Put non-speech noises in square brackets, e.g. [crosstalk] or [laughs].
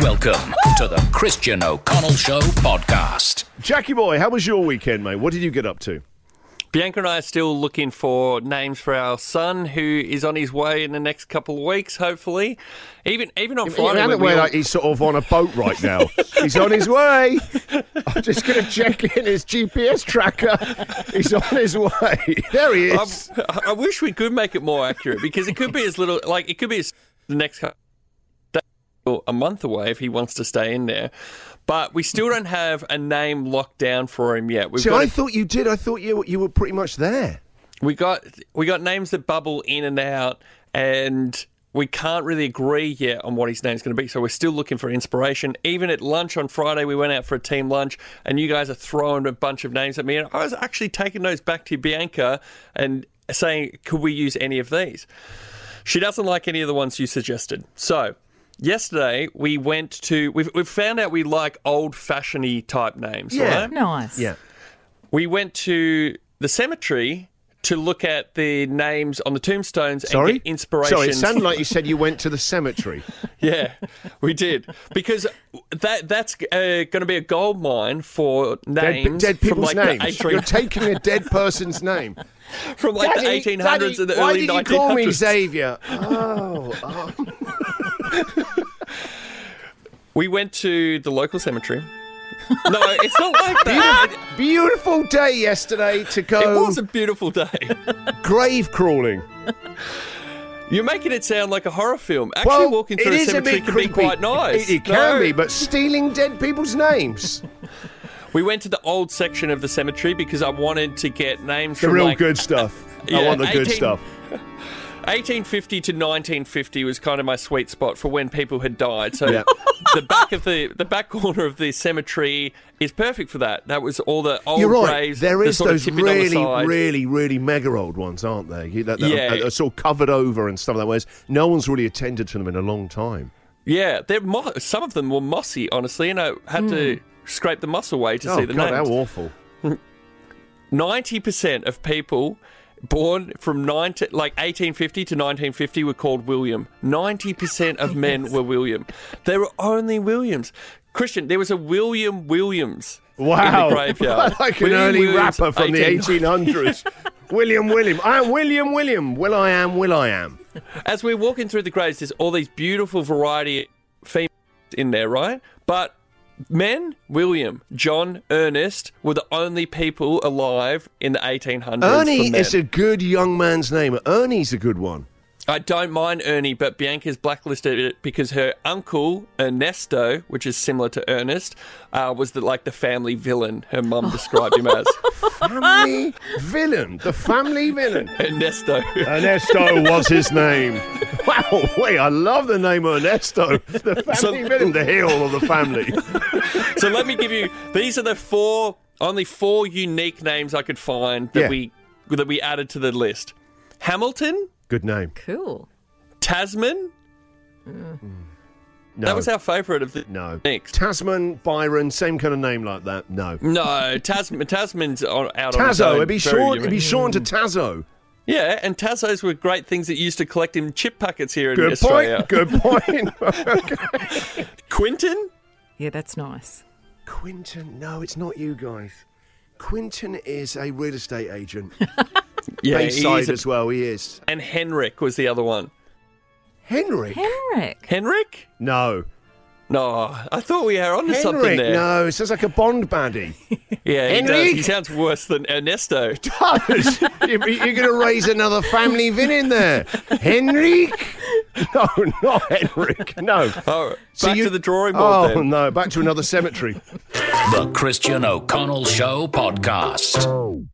Welcome to the Christian O'Connell Show podcast. Jackie boy, how was your weekend, mate? What did you get up to? Bianca and I are still looking for names for our son, who is on his way in the next couple of weeks, hopefully. Even even on Friday, Alan when we Wade, all- like, he's sort of on a boat right now. he's on his way. I'm just going to check in his GPS tracker. He's on his way. There he I, is. [laughs] I wish we could make it more accurate because it could be as little like it could be as the next cou- day or a month away if he wants to stay in there. But we still don't have a name locked down for him yet. We've See, got I a- thought you did. I thought you you were pretty much there. we got we got names that bubble in and out, and we can't really agree yet on what his name's going to be. So we're still looking for inspiration. Even at lunch on Friday, we went out for a team lunch, and you guys are throwing a bunch of names at me, and I was actually taking those back to Bianca and saying, "Could we use any of these?" She doesn't like any of the ones you suggested. So yesterday we went to we've, we've found out we like old fashiony type names. Yeah. Right? Nice. Yeah. we went to the cemetery to look at the names on the tombstones Sorry. and get inspiration. Sorry, it sounded like you said you went to the [laughs] cemetery. [laughs] yeah, we did because that that's uh, going to be a gold mine for dead, pe- names dead from people's like the names. 18 You're taking a dead person's name. from like Daddy, the 1800s Daddy, and the why early did 1900s. you call me Xavier? Oh, oh. we went to the local [laughs] cemetery. No, it's not like that. Beautiful, beautiful day yesterday to It go was a beautiful day. grave crawling. You're making it sound like a horror film. Actually, walking through it a is cemetery bit can be creepy. quite nice. It, it can No. be, but stealing dead people's [laughs] names. We went to the old section of the cemetery because I wanted to get names The from real like good stuff. I Yeah, want the good 18 stuff. 1850 to 1950 was kind of my sweet spot for when people had died. So Yeah. the back of the the back corner of the cemetery is perfect for that. That was all the old You're right. graves. there the is sort of those tippy dollar really, side. really, really mega old ones, aren't there? You- That, that Yeah. are, are all covered over and stuff like that. Whereas no one's really attended to them in a long time. yeah. They're mo- some of them were mossy, honestly, and I had to scrape the moss away to Hmm. oh see the God, names. how awful! Ninety percent of people born from 19, like 1850 to 1950 were called William. Ninety [laughs] percent of men were William. There were only Williams. Christian, there was a William Williams. Wow, [laughs] in the graveyard. like an William early Williams, rapper from 18. the [laughs] 1800s. William William, I am William William. Will I am. Will I am. As we're walking through the graves, there's all these beautiful variety of females in there, right? But men, William, John, Ernest were the only people alive in the 1800s. Ernie for men. is a good young man's name. Ernie's a good one. I don't mind Ernie, but Bianca's blacklisted it because her uncle Ernesto, which is similar to Ernest, uh, was the, like the family villain. Her mum described [laughs] him as Family villain. The family villain. Ernesto. Ernesto was his name. [laughs] Wow, wait, I love the name Ernesto. The family So- villain, [laughs] the hero of the family. so let me give you these are the four only four unique names I could find that Yeah. we that we added to the list: Hamilton, Good name. Cool. Tasman. No. That was our favourite of the no. next. Tasman, Byron, same kind of name like that. No. No, Tasman. Tasman's on, out on his Tazo, own. it'd be Very Sean, it'd unique. be Sean to Tazo. Yeah, and Tazos were great things that used to collect him chip packets here in Good Australia. point. Good point. [laughs] Quinton? Yeah, that's nice. Quinton, no, it's not you guys. Quinton is a real estate agent. Yeah, Bayside he is. as well, he is. and Henrik was the other one. Henry? Henrik. Henrik? No. No, I thought we were onto something Henry? there. No, it sounds like a Bond baddie. [laughs] Yeah, he does. Henrik? He sounds worse than Ernesto. [laughs] does. You're going to raise another family vin in there. Henrik? [laughs] No, not Henrik. No. Oh, back So you- to the drawing Oh, board then. no, back to another cemetery. The Christian O'Connell Show podcast.